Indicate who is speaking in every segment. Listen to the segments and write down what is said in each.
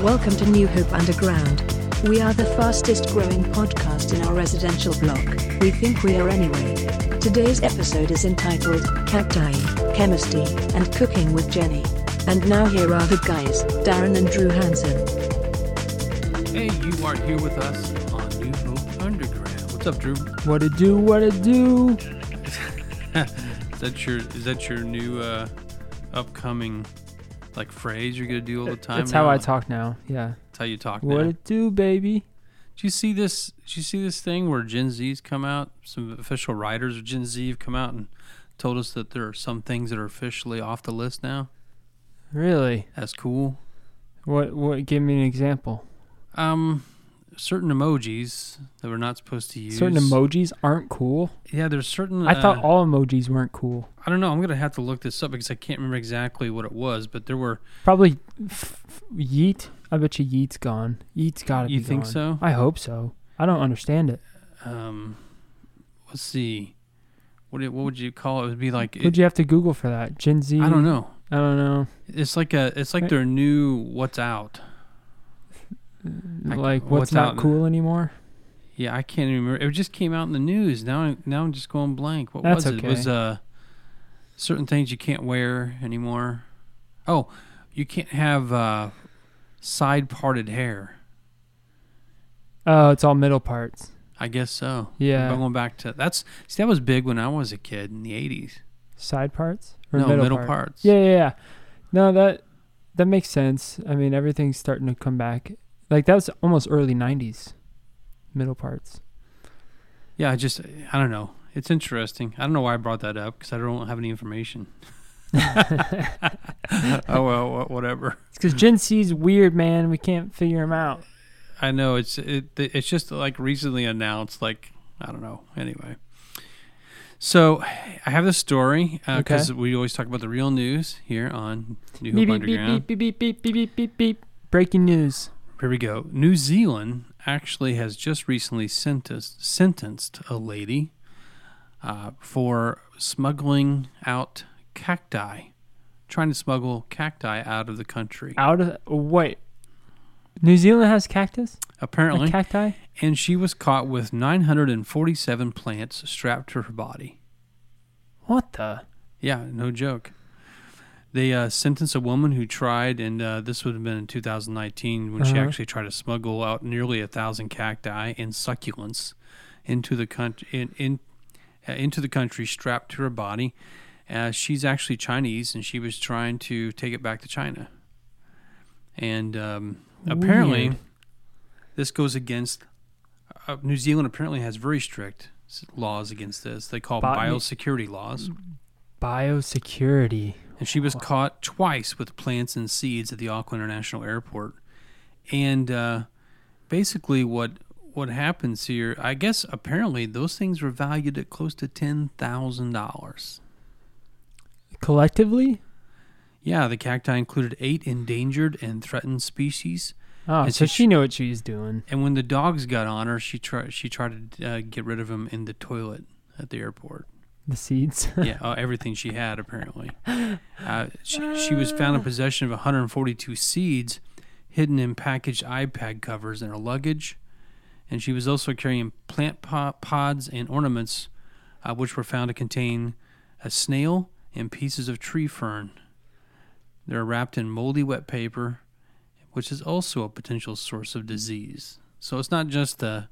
Speaker 1: Welcome to New Hope Underground. We are the fastest growing podcast in our residential block. We think we are anyway. Today's episode is entitled Cacti, Chemistry, and Cooking with Jenny. And now here are the guys, Darren and Drew Hansen.
Speaker 2: Hey, you are here with us on New Hope Underground. What's up, Drew?
Speaker 3: What it do? What it do?
Speaker 2: Is that your is that your new uh, upcoming like phrase you're gonna do all the time?
Speaker 3: That's how
Speaker 2: now?
Speaker 3: I talk now. Yeah.
Speaker 2: That's how you talk now.
Speaker 3: What it do, baby?
Speaker 2: Did you see this? Did you see this thing where Gen Z's come out? Some official writers of Gen Z have come out and told us that there are some things that are officially off the list now.
Speaker 3: Really?
Speaker 2: That's cool.
Speaker 3: What? What? Give me an example.
Speaker 2: Um, certain emojis that we're not supposed to use.
Speaker 3: Certain emojis aren't cool.
Speaker 2: Yeah, there's certain.
Speaker 3: I thought
Speaker 2: uh,
Speaker 3: all emojis weren't cool.
Speaker 2: I don't know. I'm gonna have to look this up because I can't remember exactly what it was, but there were.
Speaker 3: Probably f- f- Yeet. I bet you Yeet's gone. Yeet's gotta
Speaker 2: You
Speaker 3: be.
Speaker 2: think
Speaker 3: gone.
Speaker 2: so?
Speaker 3: I hope so. I don't understand it.
Speaker 2: Um, let's see. What do- what would you call it? It would be like.
Speaker 3: Would you have to Google for that? Gen Z.
Speaker 2: I don't know.
Speaker 3: I don't know.
Speaker 2: It's like a. It's like
Speaker 3: Right.
Speaker 2: their new what's out. Like,
Speaker 3: Like what's,
Speaker 2: what's out
Speaker 3: not
Speaker 2: in-
Speaker 3: cool anymore?
Speaker 2: Yeah, I can't even remember. It just came out in the news. Now, I- now I'm just going blank. What
Speaker 3: That's
Speaker 2: was it? It was
Speaker 3: okay.
Speaker 2: uh, certain things you can't wear anymore. Oh, you can't have uh, side parted hair.
Speaker 3: Oh, it's all middle parts.
Speaker 2: I guess so.
Speaker 3: Yeah.
Speaker 2: I'm going back to that's see that was big when I was a kid in the 80s.
Speaker 3: Side parts or
Speaker 2: no,
Speaker 3: middle,
Speaker 2: middle
Speaker 3: parts?
Speaker 2: parts.
Speaker 3: Yeah, yeah, yeah. No, that that makes sense. I mean, everything's starting to come back. Like that was almost early '90s, middle parts.
Speaker 2: Yeah, I just I don't know. It's interesting. I don't know why I brought that up because I don't have any information. oh well, wha- whatever.
Speaker 3: It's because Gen C's weird, man. We can't figure them out.
Speaker 2: I know it's it, it's just like recently announced. Like I don't know. Anyway, so I have this story
Speaker 3: Okay.
Speaker 2: because we always talk about the real news here on New Hope
Speaker 3: Beep beep,
Speaker 2: Underground.
Speaker 3: beep beep beep beep beep beep beep beep. Breaking news.
Speaker 2: Here we go. New Zealand actually has just recently sentenced sentenced a lady uh, for smuggling out cacti, trying to smuggle cacti out of the country.
Speaker 3: Out of wait. New Zealand has cactus.
Speaker 2: Apparently,
Speaker 3: Like cacti.
Speaker 2: and she was caught with 947 plants strapped to her body.
Speaker 3: What the?
Speaker 2: Yeah, no joke. They uh, sentenced a woman who tried, and uh, this would have been in 2019 when she
Speaker 3: Uh-huh.
Speaker 2: actually tried to smuggle out nearly a thousand cacti and succulents into the country in, in uh, into the country strapped to her body. Uh, she's actually Chinese, and she was trying to take it back to China. And um, apparently,
Speaker 3: Weird.
Speaker 2: this goes against uh, New Zealand. Apparently, has very strict s- laws against this. They call
Speaker 3: Botany-
Speaker 2: biosecurity laws.
Speaker 3: Biosecurity.
Speaker 2: And she was caught twice with plants and seeds at the Auckland International Airport. And uh, basically, what what happens here? I guess apparently those things were valued at close to ten thousand dollars.
Speaker 3: Collectively.
Speaker 2: Yeah, the cacti included eight endangered and threatened species.
Speaker 3: Oh,
Speaker 2: And
Speaker 3: so
Speaker 2: she-
Speaker 3: she knew what she was doing.
Speaker 2: And when the dogs got on her, she tried she tried to uh, get rid of them in the toilet at the airport.
Speaker 3: The seeds.
Speaker 2: yeah, uh, everything she had apparently. Uh, she, she was found in possession of 142 seeds hidden in packaged iPad covers in her luggage, and she was also carrying plant po- pods and ornaments, uh, which were found to contain a snail and pieces of tree fern. They're wrapped in moldy wet paper, which is also a potential source of disease. So it's not just the,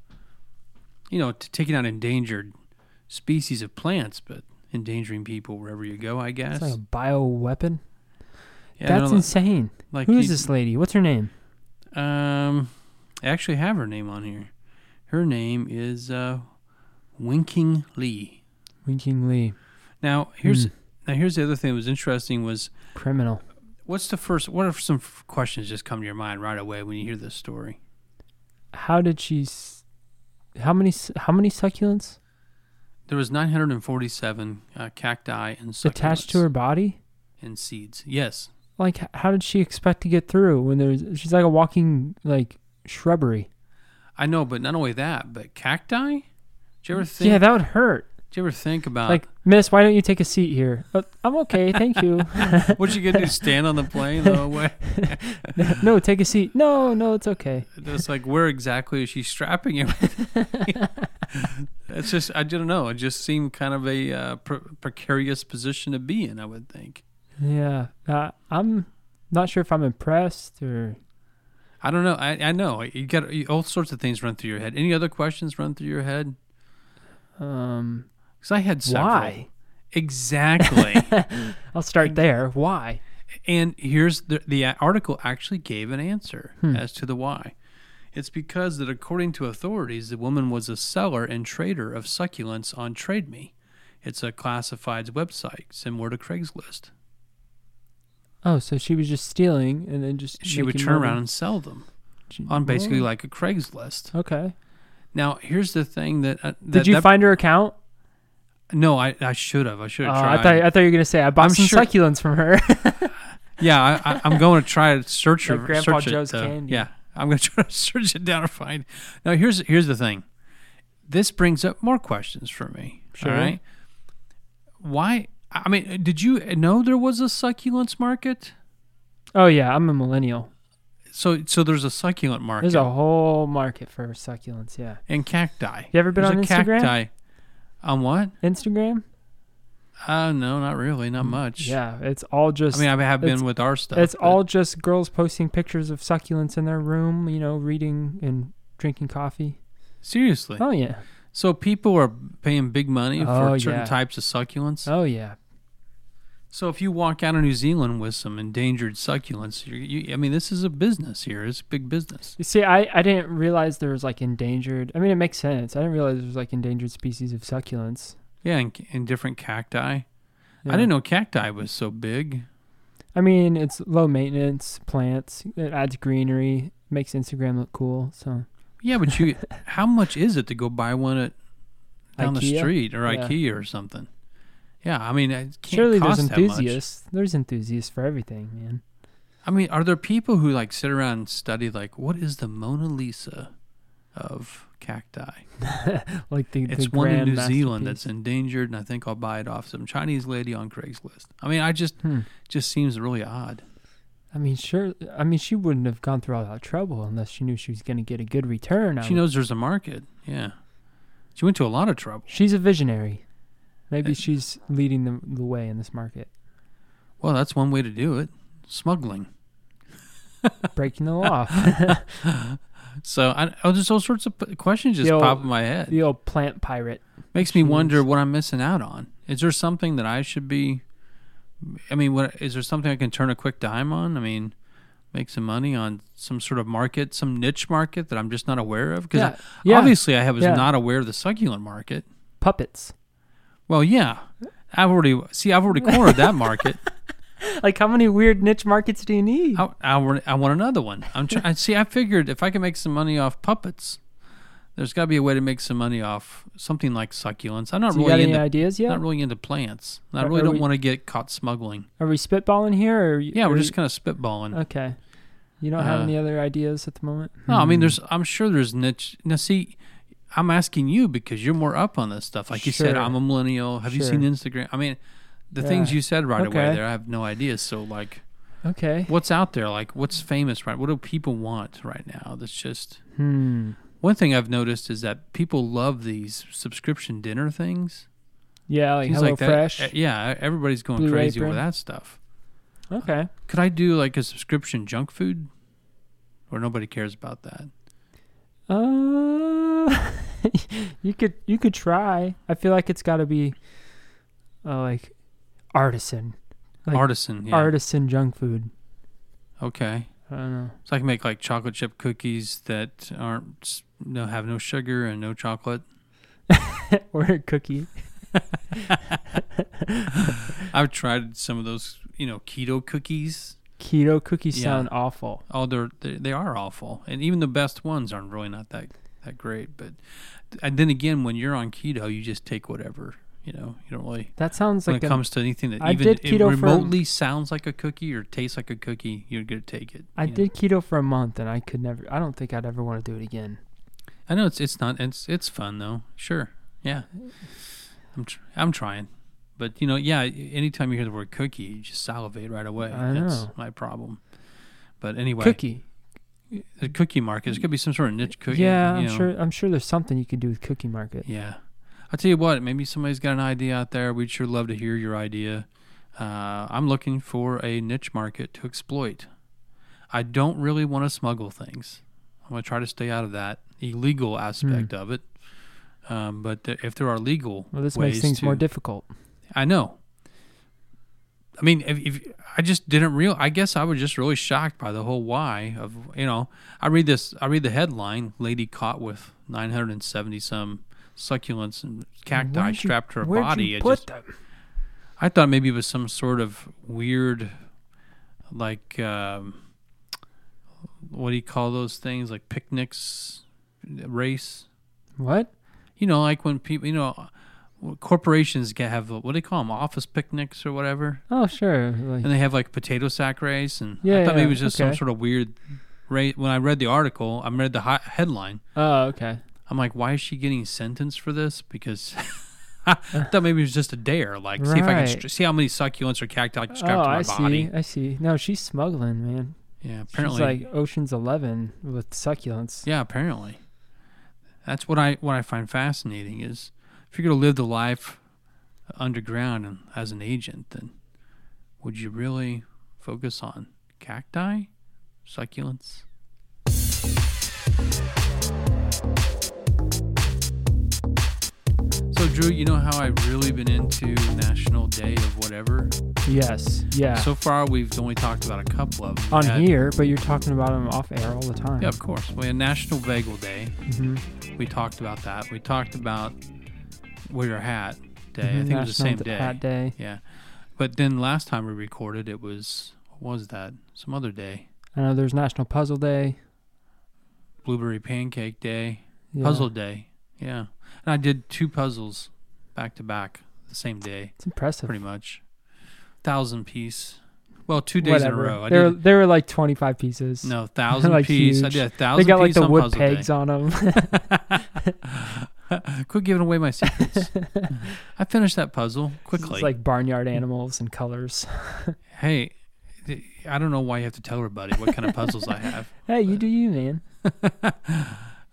Speaker 2: you know, t- taking out endangered species of plants, but endangering people wherever you go, I guess.
Speaker 3: It's like a bio weapon.
Speaker 2: Yeah,
Speaker 3: That's
Speaker 2: no,
Speaker 3: insane.
Speaker 2: like
Speaker 3: Who
Speaker 2: you-
Speaker 3: is this lady? What's her name?
Speaker 2: Um, I actually have her name on here. Her name is uh, Winking Lee.
Speaker 3: Winking Lee.
Speaker 2: Now here's
Speaker 3: Hmm.
Speaker 2: now here's the other thing that was interesting was
Speaker 3: Criminal.
Speaker 2: what's the first what are some f- questions just come to your mind right away when you hear this story?
Speaker 3: How did she? S- how many? s- How many succulents
Speaker 2: There was 947 uh, cacti and succulents
Speaker 3: attached to her body?
Speaker 2: and seeds. Yes,
Speaker 3: Like, h- how did she expect to get through when there's? She's like a walking like shrubbery.
Speaker 2: I know, but not only that, but cacti. Did you ever think?
Speaker 3: yeah, that would hurt.
Speaker 2: did Do you ever think about
Speaker 3: Like, miss, why don't you take a seat here? "Uh, I'm okay, thank you.
Speaker 2: what you gonna do? Stand on the plane the whole way?
Speaker 3: no, take a seat. No, no, it's okay.
Speaker 2: It's like where exactly is she strapping him? it's just I don't know. It just seemed kind of a uh, pre- precarious position to be in. I would think.
Speaker 3: Yeah, uh, I'm not sure if I'm impressed or
Speaker 2: I don't know. I, I know you got you- all sorts of things run through your head. Any other questions run through your head?
Speaker 3: um,
Speaker 2: Because I had several.
Speaker 3: why.
Speaker 2: Exactly.
Speaker 3: I'll
Speaker 2: Mm.
Speaker 3: start there. Why?
Speaker 2: And here's the, the article actually gave an answer
Speaker 3: Hmm.
Speaker 2: as to the why. It's because that, according to authorities, the woman was a seller and trader of succulents on TradeMe. It's a classifieds website similar to Craigslist.
Speaker 3: Oh, so she was just stealing and then just
Speaker 2: She would
Speaker 3: making
Speaker 2: turn
Speaker 3: money.
Speaker 2: around and sell them
Speaker 3: She-
Speaker 2: on basically
Speaker 3: Oh,
Speaker 2: like a Craigslist.
Speaker 3: okay.
Speaker 2: Now, here's the thing that, uh, that
Speaker 3: Did you
Speaker 2: that-
Speaker 3: find her account?
Speaker 2: No, I, I should have. I should
Speaker 3: Oh,
Speaker 2: have tried.
Speaker 3: I thought I thought you were gonna say I bought
Speaker 2: I'm
Speaker 3: some
Speaker 2: sure-
Speaker 3: succulents from her.
Speaker 2: yeah, I, I, I'm going to try to search
Speaker 3: Like
Speaker 2: her.
Speaker 3: Grandpa
Speaker 2: search
Speaker 3: Joe's
Speaker 2: it, uh,
Speaker 3: candy.
Speaker 2: Yeah, I'm going to try to search it down and find. Now, here's here's the thing. This brings up more questions for me.
Speaker 3: Sure.
Speaker 2: All right. Why? I mean, did you know there was a succulents market?
Speaker 3: oh yeah, I'm a millennial.
Speaker 2: So, so there's a succulent market
Speaker 3: There's a whole market for succulents. Yeah,
Speaker 2: and cacti.
Speaker 3: You ever been
Speaker 2: There's
Speaker 3: on
Speaker 2: a
Speaker 3: Instagram?
Speaker 2: Cacti. On what?
Speaker 3: Instagram.
Speaker 2: Uh, no, not really. Not much.
Speaker 3: Mm, Yeah, it's all just.
Speaker 2: I mean, I have
Speaker 3: it's-
Speaker 2: been with our stuff.
Speaker 3: it's
Speaker 2: but-
Speaker 3: all just girls posting pictures of succulents in their room. You know, reading and drinking coffee.
Speaker 2: seriously.
Speaker 3: Oh yeah.
Speaker 2: So people are paying big money
Speaker 3: Oh,
Speaker 2: for certain
Speaker 3: yeah.
Speaker 2: types of succulents.
Speaker 3: Oh yeah.
Speaker 2: So if you walk out of New Zealand with some endangered succulents, you you, I mean, this is a business here. It's big business.
Speaker 3: You see, I, I didn't realize there was like endangered. I mean, it makes sense. I didn't realize there was like endangered species of succulents.
Speaker 2: Yeah, and, and different cacti.
Speaker 3: Yeah.
Speaker 2: I didn't know cacti was so big.
Speaker 3: I mean, it's low maintenance plants. It adds greenery, makes Instagram look cool. So
Speaker 2: Yeah, but you, how much is it to go buy one at down the
Speaker 3: IKEA?
Speaker 2: street or
Speaker 3: Yeah.
Speaker 2: IKEA or something? Yeah, I mean, it can't
Speaker 3: surely there's
Speaker 2: cost that much.
Speaker 3: enthusiasts. There's enthusiasts for everything, man.
Speaker 2: I mean, are there people who like sit around and study like what is the Mona Lisa of cacti?
Speaker 3: Like the
Speaker 2: It's
Speaker 3: the
Speaker 2: one in
Speaker 3: grand
Speaker 2: New Zealand that's
Speaker 3: masterpiece.
Speaker 2: endangered, and I think I'll buy it off some Chinese lady on Craigslist. I mean, I just
Speaker 3: Hmm.
Speaker 2: just seems really odd.
Speaker 3: I mean, sure. I mean, she wouldn't have gone through all that trouble unless she knew she was going to get a good return. I
Speaker 2: She
Speaker 3: would-
Speaker 2: knows there's a market. Yeah, she went to a lot of trouble.
Speaker 3: she's a visionary. Maybe
Speaker 2: Uh,
Speaker 3: she's leading the, the way in this market,
Speaker 2: Well, that's one way to do it: smuggling.
Speaker 3: breaking the law.
Speaker 2: So I, oh, there's all sorts of p- questions just
Speaker 3: Yo,
Speaker 2: pop in my head.
Speaker 3: the old plant pirate.
Speaker 2: Makes me
Speaker 3: Jeez.
Speaker 2: wonder what I'm missing out on. Is there something that I should be? I mean, what is there something I can turn a quick dime on? I mean, make some money on some sort of market, some niche market that I'm just not aware of. Because
Speaker 3: Yeah. Yeah.
Speaker 2: obviously, I have- was
Speaker 3: Yeah.
Speaker 2: not aware of the succulent market.
Speaker 3: Puppets.
Speaker 2: Well, yeah, I've already see. I've already cornered that market.
Speaker 3: Like, how many weird niche markets do you need?
Speaker 2: I, I, want, I want another one. I'm trying. see. I figured if I can make some money off puppets, there's got to be a way to make some money off something like succulents. I'm not
Speaker 3: Do you
Speaker 2: really
Speaker 3: got any
Speaker 2: into
Speaker 3: ideas yet?
Speaker 2: not really into plants. I
Speaker 3: Are-
Speaker 2: really
Speaker 3: are
Speaker 2: don't
Speaker 3: we-
Speaker 2: want to get caught smuggling.
Speaker 3: Are we spitballing here? Or are you-
Speaker 2: Yeah,
Speaker 3: are
Speaker 2: we're just
Speaker 3: you-
Speaker 2: kind of spitballing.
Speaker 3: okay. You don't have
Speaker 2: Uh,
Speaker 3: any other ideas at the moment?
Speaker 2: no, I mean, there's. I'm sure there's niche. Now, see, I'm asking you because you're more up on this stuff. Like you said,
Speaker 3: Sure.
Speaker 2: I'm a millennial. Have you seen
Speaker 3: Sure.
Speaker 2: Instagram? I mean, the things
Speaker 3: Yeah.
Speaker 2: you said right away
Speaker 3: Okay.
Speaker 2: there, I have no idea. So, like,
Speaker 3: Hmm, Okay.
Speaker 2: what's out there? Like, what's famous? Right? What do people want right now? That's just.
Speaker 3: Hmm.
Speaker 2: One thing I've noticed is that people love these subscription dinner things.
Speaker 3: Yeah, like
Speaker 2: Seems
Speaker 3: Hello
Speaker 2: that-
Speaker 3: Fresh.
Speaker 2: eh, Yeah, everybody's going
Speaker 3: Blue
Speaker 2: crazy
Speaker 3: Apron.
Speaker 2: over that stuff.
Speaker 3: okay.
Speaker 2: Could I do like a subscription junk food? Or nobody cares about that.
Speaker 3: Uh, you could you could try. I feel like it's got to be uh, like artisan, Like,
Speaker 2: Artisan, yeah.
Speaker 3: artisan junk food.
Speaker 2: Okay.
Speaker 3: I don't know.
Speaker 2: So I can make like chocolate chip cookies that aren't s- no have no sugar and no chocolate.
Speaker 3: or a cookie.
Speaker 2: I've tried some of those, you know, keto cookies.
Speaker 3: Keto cookies
Speaker 2: Yeah.
Speaker 3: sound awful.
Speaker 2: Oh, they're they, they are awful, and even the best ones aren't really not that that great. But and then again, when you're on keto, you just take whatever. You know, you don't really
Speaker 3: That sounds
Speaker 2: when
Speaker 3: like
Speaker 2: it
Speaker 3: a-
Speaker 2: comes to anything that
Speaker 3: I
Speaker 2: even
Speaker 3: did
Speaker 2: it
Speaker 3: keto for-
Speaker 2: remotely sounds like a cookie or tastes like a cookie, you're gonna take it.
Speaker 3: I
Speaker 2: you know?
Speaker 3: did keto for a month and I could never. I don't think I'd ever want to do it again.
Speaker 2: I know it's it's not it's it's fun though. Sure. Yeah. I'm tr- I'm trying, but you know, yeah. Anytime you hear the word cookie, you just salivate right away.
Speaker 3: I
Speaker 2: That's
Speaker 3: know.
Speaker 2: my problem. But anyway,
Speaker 3: Cookie.
Speaker 2: the cookie market. There's gonna be some sort of niche cookie.
Speaker 3: yeah,
Speaker 2: you
Speaker 3: I'm
Speaker 2: know.
Speaker 3: sure. I'm sure there's something you could do with Cookie Market.
Speaker 2: Yeah, I'll tell you what. Maybe somebody's got an idea out there. We'd sure love to hear your idea. Uh, I'm looking for a niche market to exploit. I don't really want to smuggle things. I'm gonna try to stay out of that illegal aspect of it. Um, but th- if there are legal,
Speaker 3: Hmm. Well, this
Speaker 2: ways
Speaker 3: makes things
Speaker 2: to,
Speaker 3: more difficult.
Speaker 2: I know. I mean, if, if I just didn't real, I guess I was just really shocked by the whole why of you know. I read this, I read the headline: "Lady caught with 970 some succulents and cacti
Speaker 3: Where'd you-
Speaker 2: strapped to her
Speaker 3: where'd
Speaker 2: body."
Speaker 3: you
Speaker 2: It
Speaker 3: put
Speaker 2: just-
Speaker 3: them?
Speaker 2: I thought maybe it was some sort of weird, like, um, what do you call those things? Like picnics, race.
Speaker 3: What?
Speaker 2: You know, like when people, you know, corporations can have what do they call them? Office picnics or whatever
Speaker 3: Oh, sure.
Speaker 2: and
Speaker 3: Like,
Speaker 2: they have like potato sack race and
Speaker 3: Yeah,
Speaker 2: i thought maybe
Speaker 3: yeah,
Speaker 2: it was just some
Speaker 3: okay.
Speaker 2: sort of weird race when i read the article i read the hi- headline
Speaker 3: oh, okay.
Speaker 2: i'm like why is she getting sentenced for this because i thought maybe it was just a dare like see if i can
Speaker 3: Uh, Right.
Speaker 2: str- see how many succulents or cacti i can strap
Speaker 3: oh,
Speaker 2: to my
Speaker 3: I
Speaker 2: body
Speaker 3: see. I see. No, she's smuggling, man.
Speaker 2: yeah apparently
Speaker 3: She's like Ocean's Eleven with succulents.
Speaker 2: yeah apparently that's what i what i find fascinating is if you're going to live the life underground and as an agent then would you really focus on cacti succulents So Drew, you know how I've really been into National Day of whatever.
Speaker 3: Yes. Yeah.
Speaker 2: So far, we've only talked about a couple of them.
Speaker 3: on
Speaker 2: We had-
Speaker 3: here, but you're talking about them off air all the time.
Speaker 2: Yeah, of course. We had National Bagel Day.
Speaker 3: Mhm.
Speaker 2: We talked about that. We talked about wear your hat day. I
Speaker 3: Mhm,
Speaker 2: think it was the
Speaker 3: National
Speaker 2: same
Speaker 3: D-
Speaker 2: day.
Speaker 3: Hat day.
Speaker 2: Yeah, but then last time we recorded, it was what was that? Some other day.
Speaker 3: I know there's National Puzzle Day.
Speaker 2: Blueberry Pancake Day.
Speaker 3: Yeah.
Speaker 2: Puzzle Day. Yeah, and I did two puzzles back to back the same day.
Speaker 3: It's impressive.
Speaker 2: pretty much. Thousand piece. Well, two days
Speaker 3: Whatever.
Speaker 2: in a row. I
Speaker 3: They were,
Speaker 2: did
Speaker 3: they were like 25 pieces.
Speaker 2: no thousand
Speaker 3: like
Speaker 2: piece. I
Speaker 3: huge.
Speaker 2: did a
Speaker 3: They
Speaker 2: thousand
Speaker 3: got like
Speaker 2: piece
Speaker 3: the
Speaker 2: on
Speaker 3: wood
Speaker 2: puzzle
Speaker 3: pegs on them.
Speaker 2: day. Quit giving away my secrets. I finished that puzzle quickly.
Speaker 3: it's like barnyard animals and colors.
Speaker 2: hey, th- I don't know why you have to tell everybody what kind of puzzles I have.
Speaker 3: Hey, you do you, man.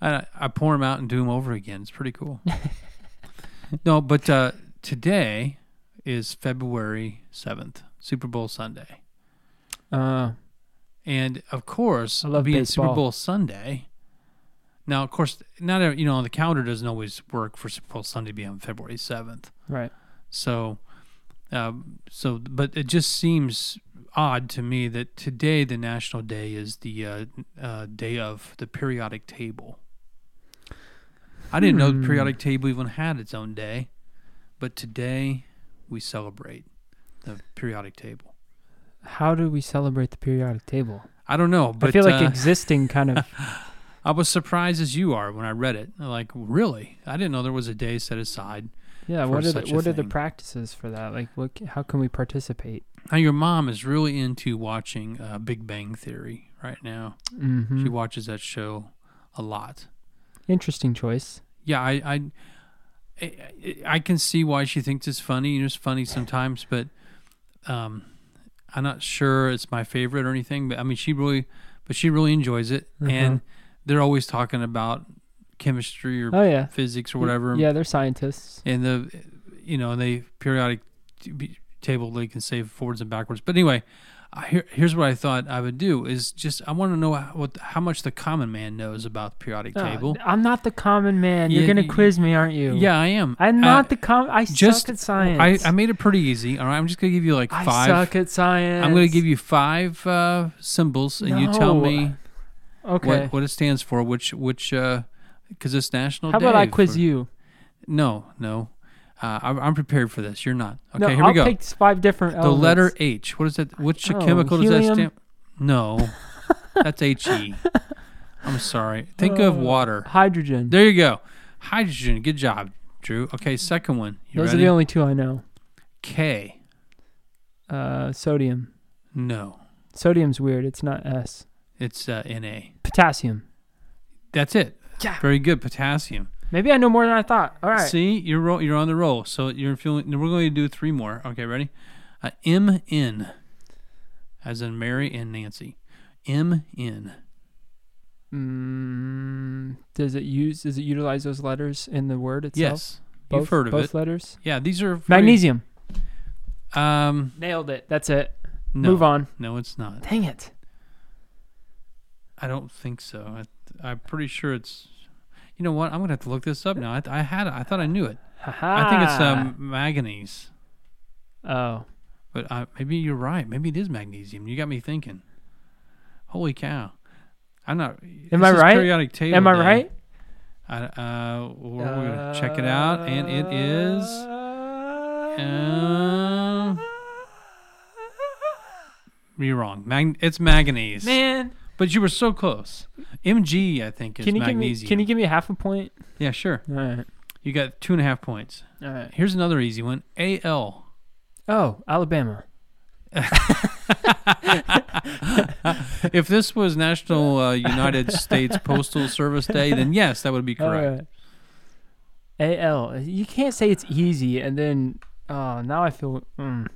Speaker 2: I, I pour them out and do them over again. It's pretty cool. no, but uh, today is February seventh, Super Bowl Sunday.
Speaker 3: Uh,
Speaker 2: And of course,
Speaker 3: I love
Speaker 2: being Super
Speaker 3: baseball.
Speaker 2: Bowl Sunday. Now, of course, not every- you know the calendar doesn't always work for Super Bowl Sunday to be on February seventh.
Speaker 3: right.
Speaker 2: So, um, so but it just seems odd to me that today the national day is the uh, uh, day of the periodic table. I didn't know the
Speaker 3: Hmm.
Speaker 2: periodic table even had its own day, but today we celebrate the periodic table.
Speaker 3: How do we celebrate the periodic table?
Speaker 2: I don't know, but
Speaker 3: I feel like
Speaker 2: uh,
Speaker 3: existing kind of.
Speaker 2: I was surprised as you are when I read it. I'm like, really? I didn't know there was a day set aside.
Speaker 3: Yeah.
Speaker 2: for
Speaker 3: What are the,
Speaker 2: such a
Speaker 3: what are the
Speaker 2: thing.
Speaker 3: practices for that? Like, what? c- How can we participate?
Speaker 2: Now, your mom is really into watching uh, Big Bang Theory right now.
Speaker 3: Mm-hmm.
Speaker 2: She watches that show a lot.
Speaker 3: Interesting choice.
Speaker 2: Yeah, I, I, I, I can see why she thinks it's funny. You know, it's funny sometimes, but um, I'm not sure it's my favorite or anything. But I mean, she really, but she really enjoys it,
Speaker 3: Mm-hmm.
Speaker 2: and they're always talking about chemistry or
Speaker 3: Oh yeah.
Speaker 2: physics or whatever.
Speaker 3: Yeah, they're scientists.
Speaker 2: and the you know and they periodic t- be- table they can save forwards and backwards but anyway I, here, here's what i thought i would do is just i want to know how- what how much the common man knows about the periodic table
Speaker 3: Oh, I'm not the common man. You're
Speaker 2: Yeah,
Speaker 3: gonna
Speaker 2: you-
Speaker 3: quiz me, aren't you?
Speaker 2: yeah i am
Speaker 3: I'm
Speaker 2: Uh,
Speaker 3: not the com. I
Speaker 2: just-
Speaker 3: suck at
Speaker 2: I,
Speaker 3: science.
Speaker 2: I made it pretty easy all right i'm just gonna give you like
Speaker 3: I
Speaker 2: five
Speaker 3: suck at science.
Speaker 2: i'm gonna give you five uh symbols and you tell
Speaker 3: No.
Speaker 2: me
Speaker 3: Okay.
Speaker 2: what what it stands for which which uh because it's national
Speaker 3: How
Speaker 2: Day
Speaker 3: about I quiz
Speaker 2: for-
Speaker 3: you?
Speaker 2: no no uh, I'm, I'm prepared for this you're not okay
Speaker 3: no,
Speaker 2: here we
Speaker 3: I'll
Speaker 2: go
Speaker 3: pick five different.
Speaker 2: The letter H. What is that? Which
Speaker 3: Oh,
Speaker 2: chemical does that
Speaker 3: helium?
Speaker 2: stand? No, that's He. I'm sorry. Think of
Speaker 3: Uh,
Speaker 2: water.
Speaker 3: hydrogen.
Speaker 2: There you go. Hydrogen. Good job, Drew. Okay, second one. You
Speaker 3: Those
Speaker 2: ready?
Speaker 3: are the only two I know.
Speaker 2: K.
Speaker 3: Uh, sodium.
Speaker 2: No,
Speaker 3: Sodium's weird. It's not S.
Speaker 2: it's uh, Na.
Speaker 3: Potassium.
Speaker 2: That's it.
Speaker 3: Yeah.
Speaker 2: Very good. Potassium.
Speaker 3: Maybe I know more than I thought. All right.
Speaker 2: See, you're ro- you're on the roll. So you're feeling. We're going to do three more. Okay, ready? Uh, M N, as in Mary and Nancy. M N.
Speaker 3: Mm, does it use? Does it utilize those letters in the word itself?
Speaker 2: Yes,
Speaker 3: Both,
Speaker 2: you've heard of it.
Speaker 3: both letters.
Speaker 2: yeah, these are very-
Speaker 3: Magnesium.
Speaker 2: Um,
Speaker 3: Nailed it. That's it.
Speaker 2: no,
Speaker 3: Move on.
Speaker 2: No, it's not.
Speaker 3: Dang it.
Speaker 2: I don't think so. I, I'm pretty sure it's. You know what? I'm gonna have to look this up now. I, I had. I thought I knew it.
Speaker 3: Ha-ha.
Speaker 2: I think it's
Speaker 3: Ah.
Speaker 2: um, manganese.
Speaker 3: Oh,
Speaker 2: But uh, maybe you're right. Maybe it is magnesium. You got me thinking. Holy cow! I'm not.
Speaker 3: Am
Speaker 2: this
Speaker 3: I
Speaker 2: is
Speaker 3: right?
Speaker 2: Periodic table.
Speaker 3: am I
Speaker 2: day.
Speaker 3: right?
Speaker 2: I, uh, we're, we're gonna check it out, and it is. Um, you're wrong. Mag- it's manganese.
Speaker 3: Man,
Speaker 2: But you were so close. Mg, I think, is
Speaker 3: can you give me?
Speaker 2: magnesium.
Speaker 3: Can you give me half a point?
Speaker 2: Yeah, sure.
Speaker 3: All right.
Speaker 2: You got two and a half points.
Speaker 3: All right.
Speaker 2: Here's another easy one. Al.
Speaker 3: Oh, Alabama.
Speaker 2: If this was National uh, United States Postal Service Day, then yes, that would be correct.
Speaker 3: All right. AL. You can't say it's easy and then oh, now I feel mm.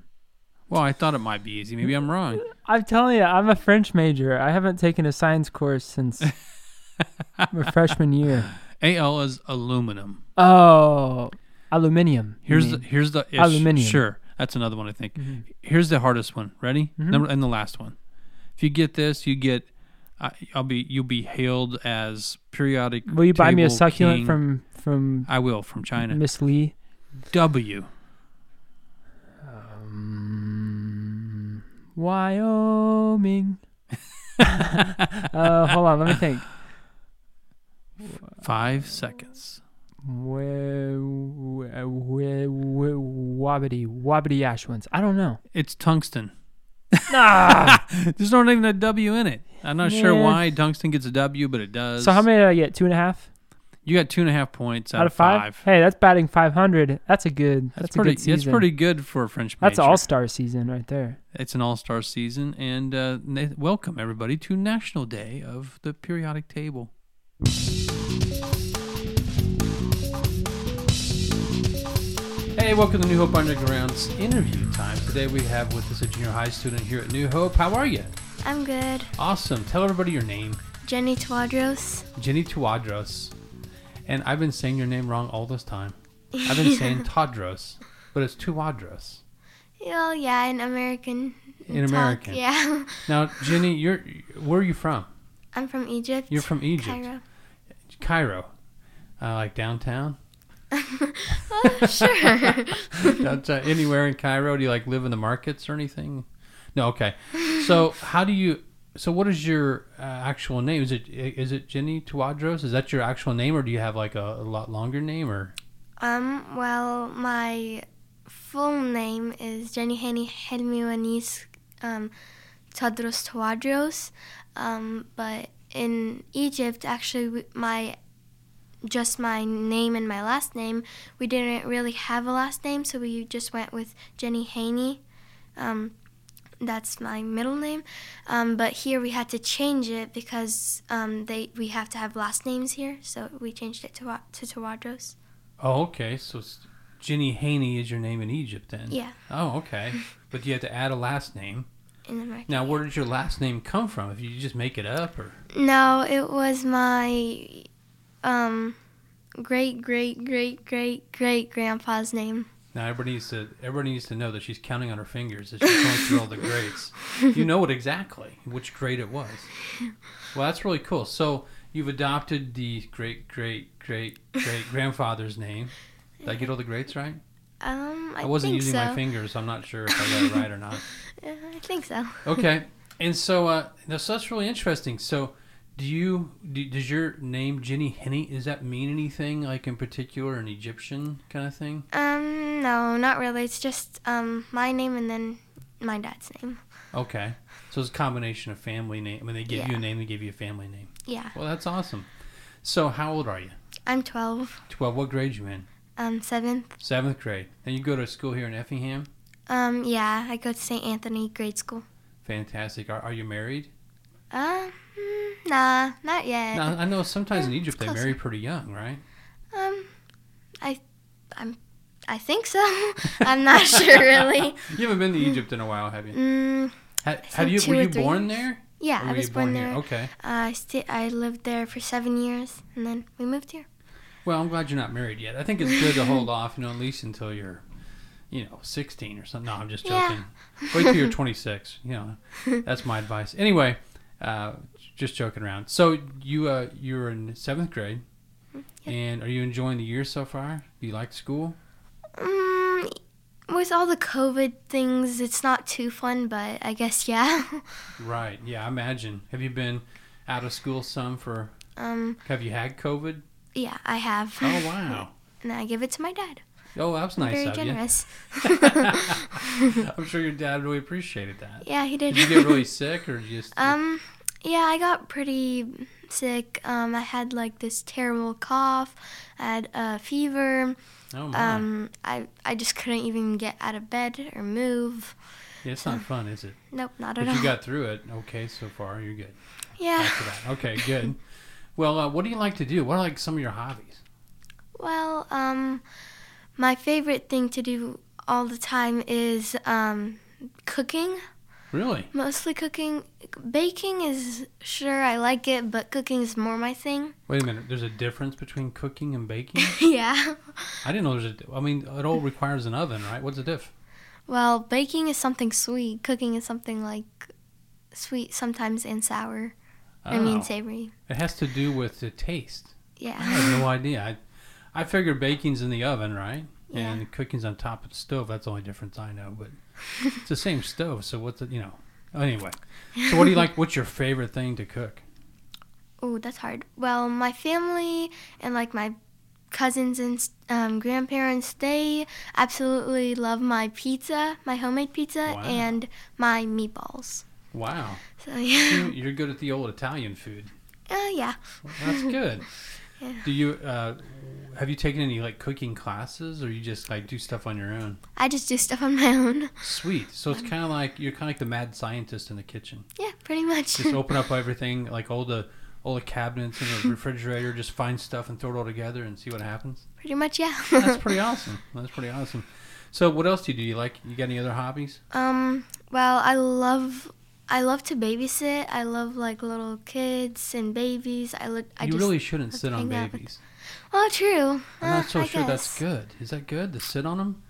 Speaker 2: Well, I thought it might be easy. Maybe I'm wrong.
Speaker 3: I'm telling you, I'm a French major. I haven't taken a science course since my freshman year.
Speaker 2: Al is aluminum.
Speaker 3: Oh, aluminium. you
Speaker 2: Here's the,
Speaker 3: mean.
Speaker 2: here's the ish.
Speaker 3: Aluminium. Mm-hmm.
Speaker 2: Sure, that's another one I think. Here's the hardest one. Ready? Number and the last one. If you get this, you get. I, I'll be. You'll be hailed as periodic.
Speaker 3: Will you buy me a
Speaker 2: table
Speaker 3: succulent
Speaker 2: king.
Speaker 3: from from
Speaker 2: I will from China.
Speaker 3: Miss Lee?
Speaker 2: W.
Speaker 3: Wyoming. uh, hold on, let me think.
Speaker 2: Five seconds.
Speaker 3: Wa- wa- wa- wa- Wabbity Wabbity Ashwins. I don't know.
Speaker 2: It's tungsten.
Speaker 3: Ah!
Speaker 2: There's not even a W in it. I'm not sure
Speaker 3: Yeah.
Speaker 2: why tungsten gets a W, but it does.
Speaker 3: so how many did I get? Two and a half
Speaker 2: You got two and a half points out,
Speaker 3: out of five. Hey, that's batting five hundred. That's a good. That's,
Speaker 2: That's,
Speaker 3: a
Speaker 2: pretty.
Speaker 3: good season.
Speaker 2: That's pretty good for a French.
Speaker 3: That's
Speaker 2: major.
Speaker 3: all star season right there.
Speaker 2: It's an all-star season, and uh, na- welcome everybody to National Day of the Periodic Table. Hey, welcome to New Hope Underground's interview time. Today we have with us a junior high student here at New Hope. How are you?
Speaker 4: I'm good.
Speaker 2: Awesome. Tell everybody your name,
Speaker 4: Jenny Twadros.
Speaker 2: Jenny Tuadros. And I've been saying your name wrong all this time. I've been saying Tadros, but it's Tuadros.
Speaker 4: Well, yeah, in American.
Speaker 2: In
Speaker 4: talk,
Speaker 2: American.
Speaker 4: Yeah.
Speaker 2: Now, Jenny, you're where are you from?
Speaker 4: I'm from Egypt.
Speaker 2: You're from Egypt.
Speaker 4: Cairo.
Speaker 2: Cairo, uh, like downtown.
Speaker 4: Oh, sure.
Speaker 2: downtown. uh, Anywhere in Cairo? Do you like live in the markets or anything? No. Okay. So how do you? So what is your uh, actual name? Is it is it Jenny Tuadros? Is that your actual name, or do you have like a, a lot longer name? Or
Speaker 4: um, well, my full name is Jenny Hani Helmi Wanis um, Tadros Twadros. Um, but in Egypt, actually, we- my just my name and my last name, we didn't really have a last name, so we just went with Jenny Haney. Um, that's my middle name. Um, but here we had to change it because um, they we have to have last names here, so we changed it to Wa- to Tawadros.
Speaker 2: oh, okay. So it's Jenny Haney is your name in Egypt then?
Speaker 4: Yeah,
Speaker 2: Oh, okay. But you had to add a last name.
Speaker 4: in America.
Speaker 2: Now, where did your last name come from? If you just make it up, or
Speaker 4: No, it was my um, great great great great great grandpa's name.
Speaker 2: Now everybody needs to everybody needs to know that she's counting on her fingers as she's going through all the grades. You know it exactly which grade it was. Well, that's really cool. So you've adopted the great great great great grandfather's name. Did I get all the grades right?
Speaker 4: Um, I,
Speaker 2: I, wasn't
Speaker 4: think
Speaker 2: using
Speaker 4: so.
Speaker 2: my fingers. I'm not sure if I got it right or not.
Speaker 4: Yeah, I think so.
Speaker 2: Okay, and so uh, now, so that's really interesting. So. Do you do, does your name Jenny Henney does that mean anything like in particular an Egyptian kind of thing?
Speaker 4: Um, no, not really. It's just um my name and then my dad's name.
Speaker 2: Okay. So it's a combination of family name. When they give you a name, they give you a family name.
Speaker 4: Yeah,
Speaker 2: Well, that's awesome. So how old are you?
Speaker 4: I'm 12.
Speaker 2: 12. What grade you in?
Speaker 4: Um, seventh.
Speaker 2: Seventh grade. And you go to school here in Effingham?
Speaker 4: Um, yeah, I go to St. Anthony grade school.
Speaker 2: Fantastic. Are, are you married?
Speaker 4: Uh, mm, nah, not yet. Uh,
Speaker 2: Now, I know sometimes in Egypt they
Speaker 4: close
Speaker 2: marry pretty young, right?
Speaker 4: Um, I, I'm, I think so. I'm not sure really.
Speaker 2: You haven't been to Egypt in a while, have you?
Speaker 4: Mm,
Speaker 2: Ha- have
Speaker 4: think
Speaker 2: you?
Speaker 4: two
Speaker 2: Were
Speaker 4: or
Speaker 2: you
Speaker 4: three
Speaker 2: born
Speaker 4: years.
Speaker 2: there? Or
Speaker 4: yeah, I
Speaker 2: were
Speaker 4: was
Speaker 2: you
Speaker 4: born there.
Speaker 2: here? Okay.
Speaker 4: Uh, I stayed. I lived there for seven years, and then we moved here.
Speaker 2: Well, I'm glad you're not married yet. I think it's good to hold off, you know, at least until you're, you know, 16 or something. No, I'm just
Speaker 4: Yeah.
Speaker 2: joking. Wait till you're 26. You know, that's my advice. Anyway, uh, just joking around. So you uh, you're in seventh grade,
Speaker 4: Mm-hmm.
Speaker 2: and are you enjoying the year so far? Do you like school?
Speaker 4: Mm, with all the COVID things, it's not too fun, but I guess yeah.
Speaker 2: Right. Yeah, I imagine. Have you been out of school some for?
Speaker 4: um,
Speaker 2: Have you had COVID?
Speaker 4: yeah, I have.
Speaker 2: Oh wow.
Speaker 4: and I give it to my dad.
Speaker 2: Oh, that's nice
Speaker 4: Very
Speaker 2: of
Speaker 4: generous.
Speaker 2: you. I'm sure your dad really appreciated that.
Speaker 4: Yeah, he did.
Speaker 2: Did you get really sick or just?
Speaker 4: Um, yeah, I got pretty sick. Um, I had like this terrible cough. I had a fever.
Speaker 2: oh my.
Speaker 4: Um, I I just couldn't even get out of bed or move.
Speaker 2: yeah, it's not fun, is it?
Speaker 4: Nope, not at
Speaker 2: But
Speaker 4: all.
Speaker 2: you got through it. Okay, so far you're good.
Speaker 4: yeah.
Speaker 2: After that, okay, good. Well, uh, what do you like to do? What are like some of your hobbies?
Speaker 4: Well, um, my favorite thing to do all the time is um, cooking.
Speaker 2: Really?
Speaker 4: Mostly cooking. Baking is sure I like it, but cooking is more my thing.
Speaker 2: Wait a minute. There's a difference between cooking and baking.
Speaker 4: yeah.
Speaker 2: I didn't know there's a. I mean, it all requires an oven, right? What's the diff?
Speaker 4: Well, baking is something sweet. Cooking is something like sweet sometimes and sour. I
Speaker 2: Oh.
Speaker 4: mean savory.
Speaker 2: it has to do with the taste. I
Speaker 4: Yeah.
Speaker 2: had no idea. I, I figured baking's in the oven, right?
Speaker 4: Yeah.
Speaker 2: And cooking's on top of the stove. That's the only difference I know. But it's the same stove, so what's the you know? Anyway, so what do you like? What's your favorite thing to cook?
Speaker 4: Oh, that's hard. Well, my family and like my cousins and um, grandparents, they absolutely love my pizza, my homemade pizza,
Speaker 2: Wow.
Speaker 4: and my meatballs.
Speaker 2: Wow,
Speaker 4: So yeah,
Speaker 2: You- you're good at the old Italian food.
Speaker 4: uh, yeah.
Speaker 2: That's good.
Speaker 4: Yeah.
Speaker 2: Do you uh, have you taken any like cooking classes, or you just like do stuff on your own?
Speaker 4: I just do stuff on my own.
Speaker 2: Sweet. So
Speaker 4: Um,
Speaker 2: it's kind of like you're kind of like the mad scientist in the kitchen.
Speaker 4: Yeah, pretty much.
Speaker 2: Just open up everything, like all the all the cabinets in the refrigerator. Just find stuff and throw it all together and see what happens.
Speaker 4: pretty much, yeah.
Speaker 2: That's pretty awesome. That's pretty awesome. So what else do you do? You like you got any other hobbies?
Speaker 4: Um, well, I love I love to babysit. I love like little kids and babies. I look I
Speaker 2: you
Speaker 4: just
Speaker 2: really shouldn't sit on
Speaker 4: hang out with-
Speaker 2: babies.
Speaker 4: Oh, true.
Speaker 2: I'm
Speaker 4: Uh,
Speaker 2: not so
Speaker 4: I
Speaker 2: sure that's
Speaker 4: guess. Uh,
Speaker 2: good. Is that good to sit on them?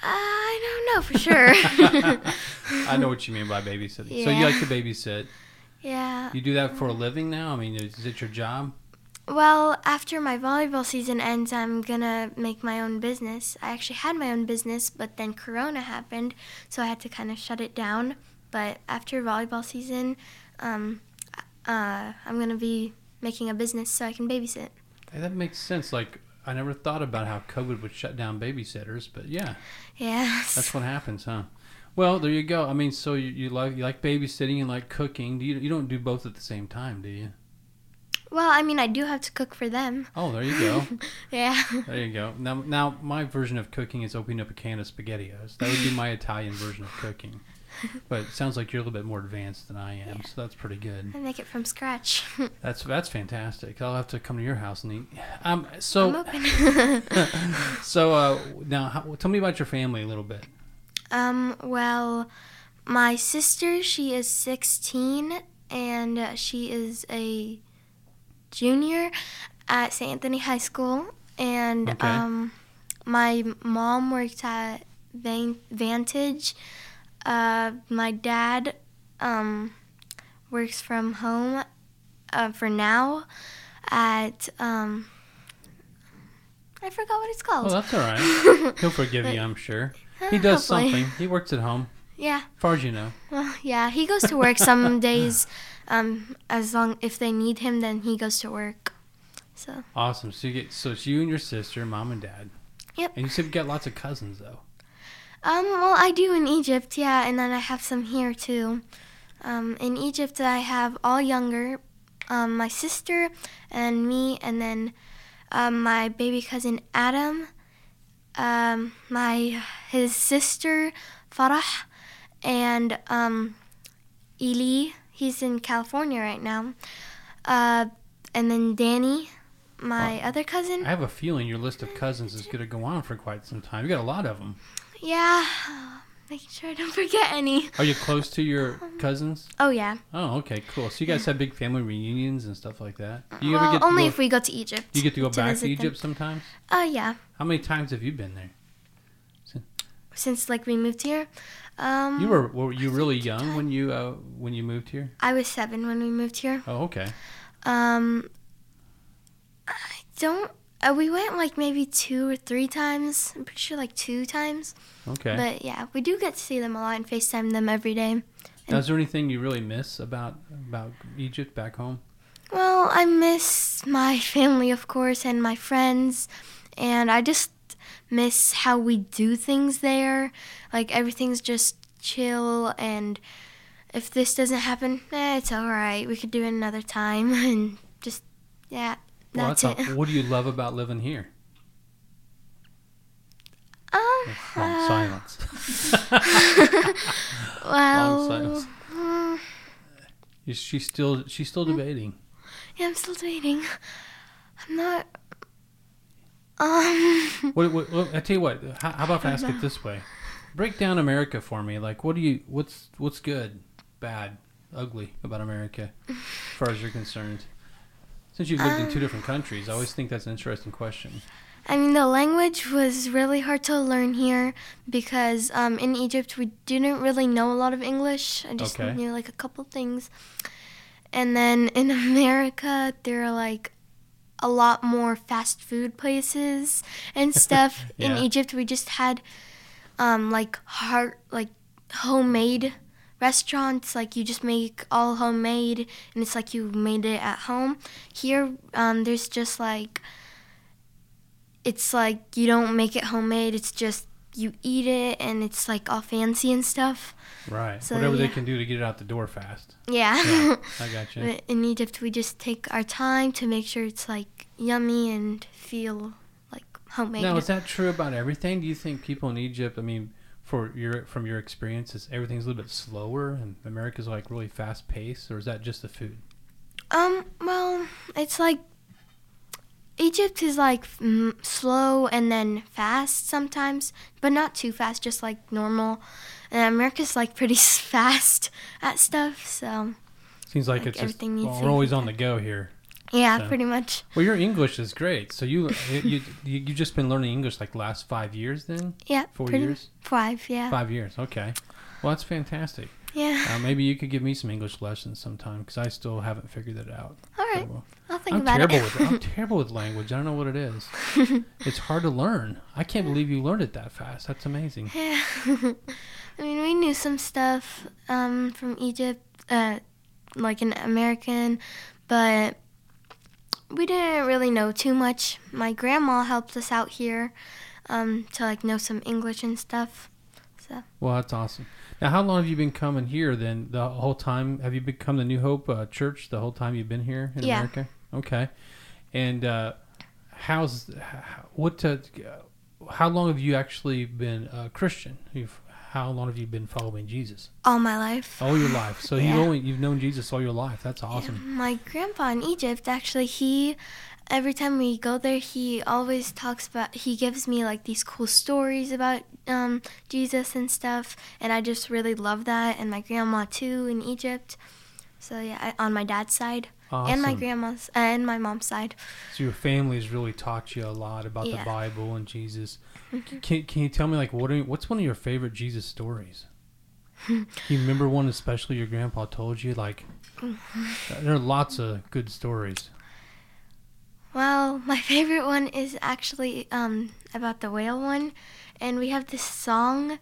Speaker 4: I don't know for sure.
Speaker 2: I know what you mean by babysitting. So you
Speaker 4: Yeah.
Speaker 2: like to babysit.
Speaker 4: yeah.
Speaker 2: You do that for a living now? I mean, is is it your job?
Speaker 4: Well, after my volleyball season ends, I'm gonna make my own business. I actually had my own business, but then Corona happened, so I had to kind of shut it down. But after volleyball season, um, uh, I'm gonna be making a business so I can babysit.
Speaker 2: Hey, that makes sense. Like, I never thought about how COVID would shut down babysitters, but yeah,
Speaker 4: Yes.
Speaker 2: that's what happens, huh? Well, there you go. I mean, so you, you like you like babysitting and like cooking. Do you you don't do both at the same time, do you?
Speaker 4: Well, I mean, I do have to cook for them.
Speaker 2: Oh, there you go.
Speaker 4: Yeah.
Speaker 2: There you go. Now, now my version of cooking is opening up a can of SpaghettiOs. That would be my Italian version of cooking. But it sounds like you're a little bit more advanced than I am, so that's pretty good.
Speaker 4: I make it from scratch.
Speaker 2: That's that's fantastic. I'll have to come to your house and eat. Um, so
Speaker 4: I'm open.
Speaker 2: So uh, now, how, tell me about your family a little bit.
Speaker 4: um, well, my sister, she is 16 and uh, she is a junior at St. Anthony High School and
Speaker 2: Okay.
Speaker 4: um my mom worked at Van- Vantage. Uh, my dad um, works from home uh, for now at um, I forgot what it's
Speaker 2: Oh,
Speaker 4: called.
Speaker 2: that's all right. He'll forgive you, I'm sure. He does
Speaker 4: Hopefully.
Speaker 2: something. He works at home,
Speaker 4: Oh, Yeah,
Speaker 2: as far as you know.
Speaker 4: well, yeah. He goes to work some days. Um, as long if they need him, then he goes to work. So
Speaker 2: Awesome. So you get so it's you and your sister, mom and dad.
Speaker 4: Yep.
Speaker 2: And you said you got lots of cousins though.
Speaker 4: Um, well, I do in Egypt, yeah, and then I have some here too. Um, in Egypt, I have all younger, um, my sister and me, and then um, my baby cousin Adam, um, my his sister Farah, and um, Eli. He's in California right now, uh, and then Danny, my other cousin.
Speaker 2: I have a feeling your list of cousins is going to go on for quite some time. You got a lot of them.
Speaker 4: yeah, making sure I don't forget any.
Speaker 2: Are you close to your cousins?
Speaker 4: Oh yeah.
Speaker 2: Oh, okay, cool. So you guys have big family reunions and stuff like that. Do you
Speaker 4: well,
Speaker 2: ever get
Speaker 4: only
Speaker 2: to go,
Speaker 4: if we go to Egypt.
Speaker 2: you get to go back to
Speaker 4: visit them.
Speaker 2: Egypt sometimes?
Speaker 4: Oh yeah.
Speaker 2: How many times have you been there?
Speaker 4: Since like we moved here, um,
Speaker 2: You were were you really young when you uh, when you moved here?
Speaker 4: I was seven when we moved here.
Speaker 2: Oh, okay.
Speaker 4: Um, I don't. Uh, we went like maybe two or three times. I'm pretty sure like two times.
Speaker 2: Okay.
Speaker 4: But yeah, we do get to see them a lot and FaceTime them every day.
Speaker 2: now, is there anything you really miss about about Egypt back home?
Speaker 4: Well, I miss my family, of course, and my friends, and I just miss how we do things there. Like everything's just chill, and if this doesn't happen, eh, it's all right. We could do it another time, and just yeah,
Speaker 2: Well,
Speaker 4: that's,
Speaker 2: that's
Speaker 4: it.
Speaker 2: all- what do you love about living here?
Speaker 4: Um,
Speaker 2: Long
Speaker 4: uh,
Speaker 2: silence.
Speaker 4: Well,
Speaker 2: silence.
Speaker 4: hmm,
Speaker 2: Is she still she's still debating?
Speaker 4: yeah, I'm still waiting. I'm not. Um,
Speaker 2: What, what, what- I tell you what. How, how about if I ask it this way? Break down America for me. Like, what do you? What's what's good, bad, ugly about America, as far as you're concerned? Since you've lived in two different countries, I always think that's an interesting question.
Speaker 4: I mean, the language was really hard to learn here because um, in Egypt we didn't really know a lot of English. I just
Speaker 2: Okay.
Speaker 4: knew like a couple things. And then in America, there are like a lot more fast food places and stuff. In
Speaker 2: Yeah.
Speaker 4: Egypt, we just had um, like hard, like homemade restaurants. Like you just make all homemade, and it's like you made it at home. Here, um, there's just like it's like you don't make it homemade. It's just you eat it, and it's like all fancy and stuff.
Speaker 2: Right.
Speaker 4: So,
Speaker 2: Whatever they
Speaker 4: yeah.
Speaker 2: can do to get it out the door fast.
Speaker 4: Yeah.
Speaker 2: Yeah, I got you.
Speaker 4: But in Egypt, we just take our time to make sure it's like yummy and feel like homemade.
Speaker 2: Now, is that true about everything? Do you think people in Egypt? I mean, for your from your experiences, everything's a little bit slower, and America's like really fast paced, or is that just the food?
Speaker 4: Um, well, it's like Egypt is like mm, slow and then fast sometimes, but not too fast, just like normal. And America's like pretty s- fast at stuff, so
Speaker 2: Seems like,
Speaker 4: Like
Speaker 2: it's just
Speaker 4: everything needs
Speaker 2: well,
Speaker 4: to
Speaker 2: we're
Speaker 4: be
Speaker 2: always on the go here.
Speaker 4: yeah,
Speaker 2: So-
Speaker 4: pretty much.
Speaker 2: Well, your English is great. So you you you you you've just been learning English like last five years, then
Speaker 4: Yeah,
Speaker 2: four
Speaker 4: pretty
Speaker 2: years,
Speaker 4: Five, yeah,
Speaker 2: five years. Okay, well that's fantastic.
Speaker 4: yeah.
Speaker 2: Uh, maybe you could give me some English lessons sometime because I still haven't figured it out.
Speaker 4: All
Speaker 2: very
Speaker 4: right,
Speaker 2: well.
Speaker 4: I'll think
Speaker 2: I'm
Speaker 4: about
Speaker 2: terrible
Speaker 4: it.
Speaker 2: with I'm terrible with language. I don't know what it is. it's hard to learn. I can't believe you learned it that fast. That's amazing.
Speaker 4: Yeah. I mean, we knew some stuff um, from Egypt, uh, like an American, but we didn't really know too much. My grandma helped us out here um, to like know some English and stuff.
Speaker 2: Well, that's awesome. Now, how long have you been coming here? Then the whole time have you become the New Hope uh, Church? The whole time you've been here in
Speaker 4: Yeah.
Speaker 2: America? Okay. And uh, how's how, what? Uh, how long have you actually been a Christian? You've, how long have you been following Jesus?
Speaker 4: All my life.
Speaker 2: All your life. So
Speaker 4: Yeah.
Speaker 2: you only you've known Jesus all your life. That's awesome.
Speaker 4: My grandpa in Egypt, actually, he every time we go there, he always talks about. He gives me like these cool stories about um, Jesus and stuff, and I just really love that. And my grandma too in Egypt. So yeah, I, on my dad's side
Speaker 2: Awesome.
Speaker 4: and my grandma's uh, and my mom's side.
Speaker 2: So your family's really taught you a lot about the
Speaker 4: Yeah. Mm-hmm.
Speaker 2: Bible and Jesus. Can, can you tell me like what are, what's one of your favorite Jesus stories? you remember one especially your grandpa told you like
Speaker 4: Mm-hmm.
Speaker 2: there are lots of good stories.
Speaker 4: Well, my favorite one is actually um, about the whale one, and we have this song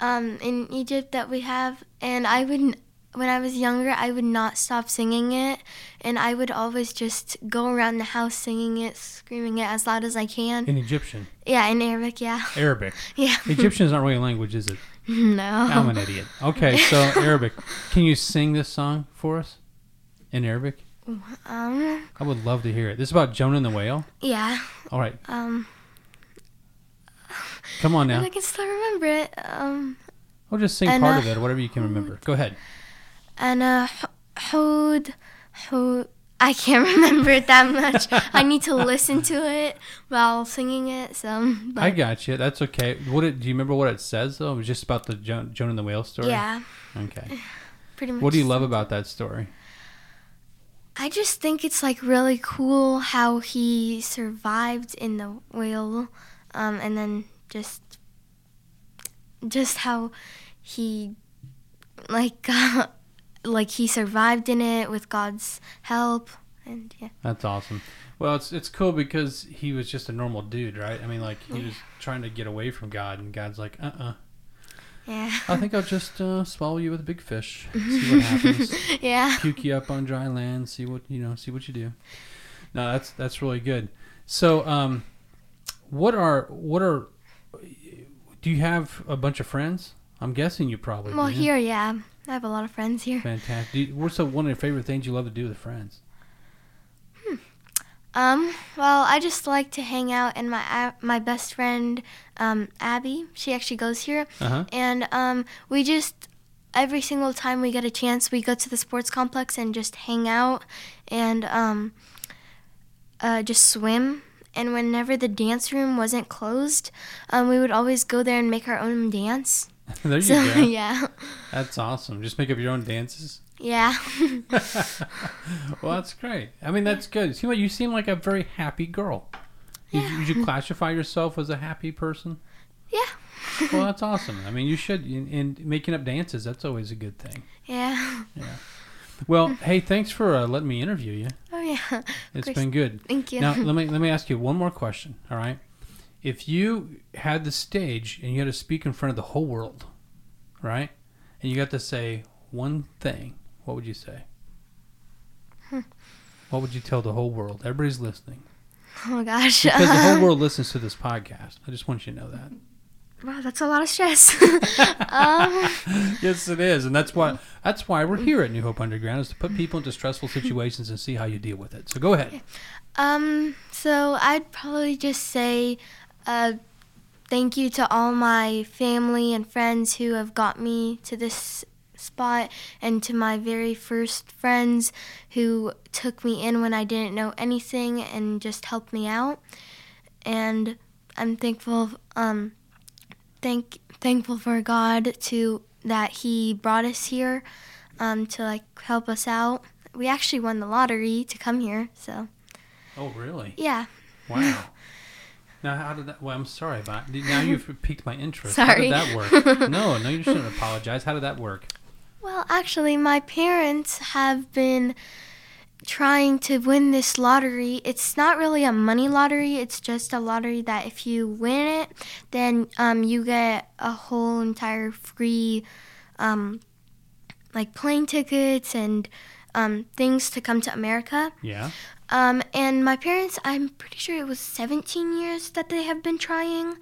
Speaker 4: um, in Egypt that we have, and I would n- when I was younger I would not stop singing it, and I would always just go around the house singing it, screaming it as loud as I can.
Speaker 2: In Egyptian,
Speaker 4: Yeah, in Arabic, yeah,
Speaker 2: Arabic.
Speaker 4: yeah.
Speaker 2: Egyptian is not really a language, is it? I'm
Speaker 4: no.
Speaker 2: an idiot. Okay, so Arabic. Can you sing this song for us in Arabic?
Speaker 4: Um.
Speaker 2: I would love to hear it. This is about Jonah and the whale.
Speaker 4: Yeah.
Speaker 2: All right,
Speaker 4: Um.
Speaker 2: come on
Speaker 4: And
Speaker 2: now.
Speaker 4: I can still remember it. Um.
Speaker 2: Or just sing
Speaker 4: And,
Speaker 2: part
Speaker 4: uh,
Speaker 2: of it, whatever you can remember. Go ahead.
Speaker 4: أنا ح- حود حو- I can't remember it that much. I need to listen to it while singing it. So, but,
Speaker 2: I got you. That's okay. What it, do you remember? What it says though? It was just about the jo- Joan and the Whale story.
Speaker 4: yeah,
Speaker 2: Okay.
Speaker 4: pretty much.
Speaker 2: What do you love about that story?
Speaker 4: I just think it's like really cool how he survived in the whale, um, and then just just how he like got, like he survived in it with God's help, and yeah,
Speaker 2: That's awesome. Well, it's it's cool because he was just a normal dude, right? I mean, like he was trying to get away from God, and God's like, uh, uh
Speaker 4: yeah,
Speaker 2: I think I'll just uh, swallow you with a big fish, see what happens,
Speaker 4: yeah.
Speaker 2: puke you up on dry land, see what you know, see what you do. No, that's that's really good. So, um, what are what are do you have a bunch of friends? I'm guessing you probably
Speaker 4: Well,
Speaker 2: do.
Speaker 4: here, yeah, I have a lot of friends here.
Speaker 2: Fantastic. Do you- What's the, one of your favorite things you love to do with friends?
Speaker 4: Um, well, I just like to hang out, and my uh, my best friend, um, Abby, she actually goes here,
Speaker 2: Uh huh.
Speaker 4: and um, we just every single time we get a chance, we go to the sports complex and just hang out, and um, uh, just swim. And whenever the dance room wasn't closed, um, we would always go there and make our own dance.
Speaker 2: there you
Speaker 4: So
Speaker 2: go.
Speaker 4: yeah,
Speaker 2: That's awesome. Just make up your own dances.
Speaker 4: yeah,
Speaker 2: Well, that's great. I mean, that's good. See what you seem like a very happy girl. You, Would you classify yourself as a happy person?
Speaker 4: Yeah.
Speaker 2: well, that's awesome. I mean, you should. And and making up dances, that's always a good thing.
Speaker 4: yeah.
Speaker 2: Well, hey, thanks for uh, letting me interview you.
Speaker 4: Oh yeah.
Speaker 2: It's
Speaker 4: course.
Speaker 2: been good.
Speaker 4: Thank you.
Speaker 2: Now, let me let me ask you one more question. All right, if you had the stage and you had to speak in front of the whole world, right, and you got to say one thing, what would you say? What would you tell the whole world? Everybody's listening
Speaker 4: oh gosh.
Speaker 2: because the whole world listens to this podcast. I just want you to know that.
Speaker 4: Wow, that's a lot of stress. Um,
Speaker 2: yes, it is, and that's why that's why we're here at New Hope Underground is to put people into stressful situations and see how you deal with it. So go ahead.
Speaker 4: Um, so I'd probably just say uh, thank you to all my family and friends who have got me to this spot and to my very first friends who took me in when I didn't know anything and just helped me out. And I'm thankful um thank thankful for God to that he brought us here um to like help us out. We actually won the lottery to come here, so
Speaker 2: Oh, really?
Speaker 4: yeah.
Speaker 2: Wow. Now, how did that? Well, I'm sorry, but now you've piqued my interest.
Speaker 4: Sorry.
Speaker 2: How did that work? no, no, you shouldn't apologize. How did that work?
Speaker 4: Well, actually, my parents have been trying to win this lottery. It's not really a money lottery, it's just a lottery that if you win it, then um, you get a whole entire free, um, like plane tickets and um, things to come to America.
Speaker 2: Yeah.
Speaker 4: Um, and my parents, I'm pretty sure it was 17 years that they have been trying.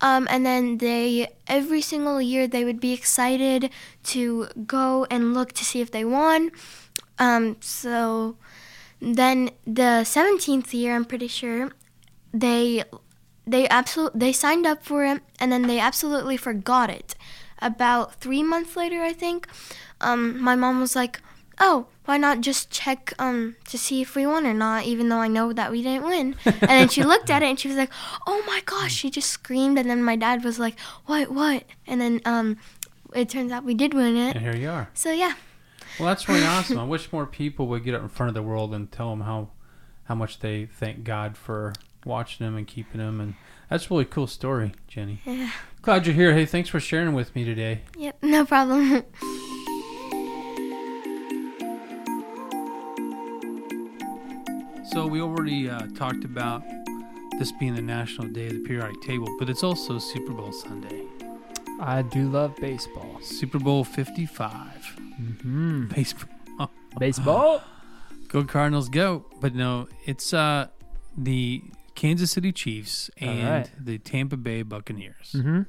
Speaker 4: Um, and then they, every single year, they would be excited to go and look to see if they won. Um, so then the 17th year, I'm pretty sure, they they absolutely they signed up for it and then they absolutely forgot it about three months later i think um, my mom was like oh why not just check um, to see if we won or not even though i know that we didn't win and then she looked at it and she was like oh my gosh she just screamed and then my dad was like what what and then um, it turns out we did win it
Speaker 2: And here you are.
Speaker 4: so yeah
Speaker 2: Well, that's really awesome. I wish more people would get up in front of the world and tell them how how much they thank God for watching them and keeping them. And that's a really cool story, Jenny.
Speaker 4: Yeah.
Speaker 2: Glad you're here. Hey, thanks for sharing with me today.
Speaker 4: yep no problem
Speaker 2: So we already uh, talked about this being the national day of the periodic table, but it's also Super Bowl Sunday.
Speaker 3: I do love baseball.
Speaker 2: Super Bowl 55.
Speaker 3: Mm-hmm.
Speaker 2: Baseball.
Speaker 3: Baseball.
Speaker 2: Go Cardinals, go! But no, it's uh the Kansas City Chiefs
Speaker 3: All
Speaker 2: and
Speaker 3: right.
Speaker 2: the Tampa Bay Buccaneers.
Speaker 3: mm-hmm.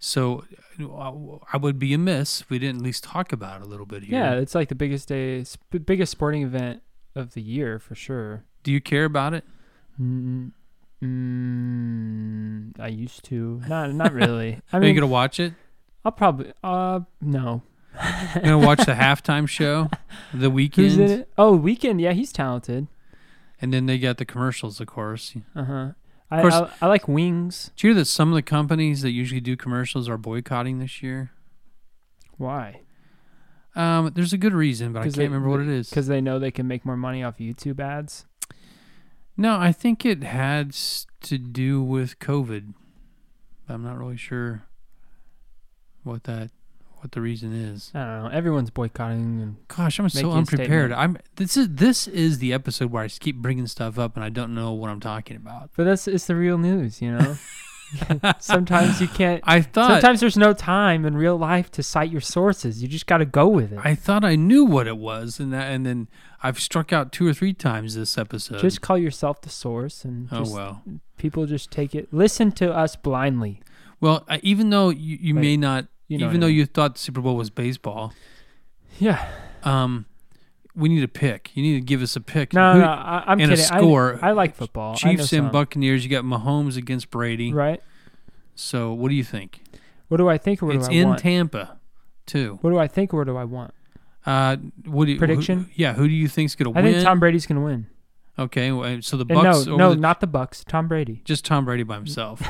Speaker 2: So uh, I would be amiss if we didn't at least talk about it a little bit here.
Speaker 3: Yeah, it's like the biggest day, sp- biggest sporting event of the year for sure.
Speaker 2: Do you care about it? Mm-hmm.
Speaker 3: Mm, mm, I used to. Not not really. I
Speaker 2: Are you
Speaker 3: mean,
Speaker 2: gonna watch it?
Speaker 3: I'll probably. Uh, no.
Speaker 2: You gonna watch the halftime show, the
Speaker 3: Who's in
Speaker 2: weekend,
Speaker 3: it? Oh, Weekend. Yeah, he's talented.
Speaker 2: and then they got the commercials, of course. Do
Speaker 3: Uh huh.
Speaker 2: Of
Speaker 3: I,
Speaker 2: course-
Speaker 3: I I like Wings.
Speaker 2: you hear that some of the companies that usually do commercials are boycotting this year?
Speaker 3: Why?
Speaker 2: Um, there's a good reason, but I
Speaker 3: 'Cause
Speaker 2: can't
Speaker 3: they-
Speaker 2: remember what it is.
Speaker 3: Because they know they can make more money off YouTube ads.
Speaker 2: No, I think it had s- to do with COVID. I'm not really sure what that what the reason is.
Speaker 3: I don't know. Everyone's boycotting and
Speaker 2: Gosh, I'm so
Speaker 3: Making a
Speaker 2: unprepared.
Speaker 3: statement.
Speaker 2: I'm this is this is the episode where I just keep bringing stuff up and I don't know what I'm talking about.
Speaker 3: But that's it's the real news, you know. sometimes you can't.
Speaker 2: I thought
Speaker 3: Sometimes there's no time in real life to cite your sources. You just got to go with it.
Speaker 2: I thought I knew what it was and that and then I've struck out two or three times this episode.
Speaker 3: just call yourself the source, and
Speaker 2: oh
Speaker 3: just,
Speaker 2: well.
Speaker 3: people just take it. Listen to us blindly.
Speaker 2: Well, I, even though you, you may
Speaker 3: Like,
Speaker 2: not
Speaker 3: you know what
Speaker 2: even
Speaker 3: I
Speaker 2: though
Speaker 3: mean.
Speaker 2: you thought the Super Bowl was baseball,
Speaker 3: Yeah.
Speaker 2: um we need a pick. You need to give us a pick.
Speaker 3: No,
Speaker 2: Who-
Speaker 3: no, I, I'm
Speaker 2: and a
Speaker 3: kidding.
Speaker 2: score.
Speaker 3: I, I like football. I know
Speaker 2: Chiefs and
Speaker 3: some.
Speaker 2: Buccaneers. You got Mahomes against Brady.
Speaker 3: Right.
Speaker 2: So what do you think?
Speaker 3: What do I think? Or what
Speaker 2: it's
Speaker 3: do I
Speaker 2: in
Speaker 3: want?
Speaker 2: Tampa, too.
Speaker 3: what do I think? Or what do I want?
Speaker 2: Uh, what do you,
Speaker 3: Prediction?
Speaker 2: who- yeah, who do you think's gonna
Speaker 3: I
Speaker 2: win?
Speaker 3: think Tom Brady's gonna win.
Speaker 2: okay, well, so the
Speaker 3: And
Speaker 2: Bucks.
Speaker 3: no,
Speaker 2: over
Speaker 3: no,
Speaker 2: the-
Speaker 3: not the Bucks. Tom Brady.
Speaker 2: just Tom Brady by himself.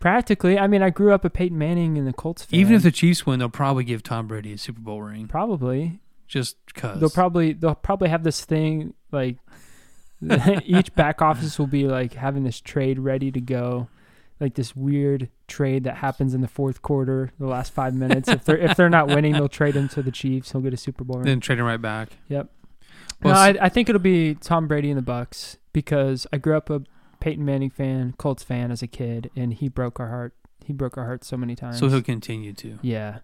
Speaker 3: Practically. I mean, I grew up a Peyton Manning and the Colts fan.
Speaker 2: Even if the Chiefs win, they'll probably give Tom Brady a Super Bowl ring
Speaker 3: probably
Speaker 2: just because.
Speaker 3: they'll probably they'll probably have this thing like each back office will be like having this trade ready to go like this weird trade that happens in the fourth quarter the last five minutes if they're if they're not winning they'll trade him to the chiefs he'll get a super bowl ring.
Speaker 2: then trade him right back.
Speaker 3: yep
Speaker 2: Well,
Speaker 3: no,
Speaker 2: s-
Speaker 3: I, I think it'll be tom brady and the bucks because i grew up a peyton manning fan colts fan as a kid and he broke our heart he broke our heart so many times
Speaker 2: So he'll continue to.
Speaker 3: yeah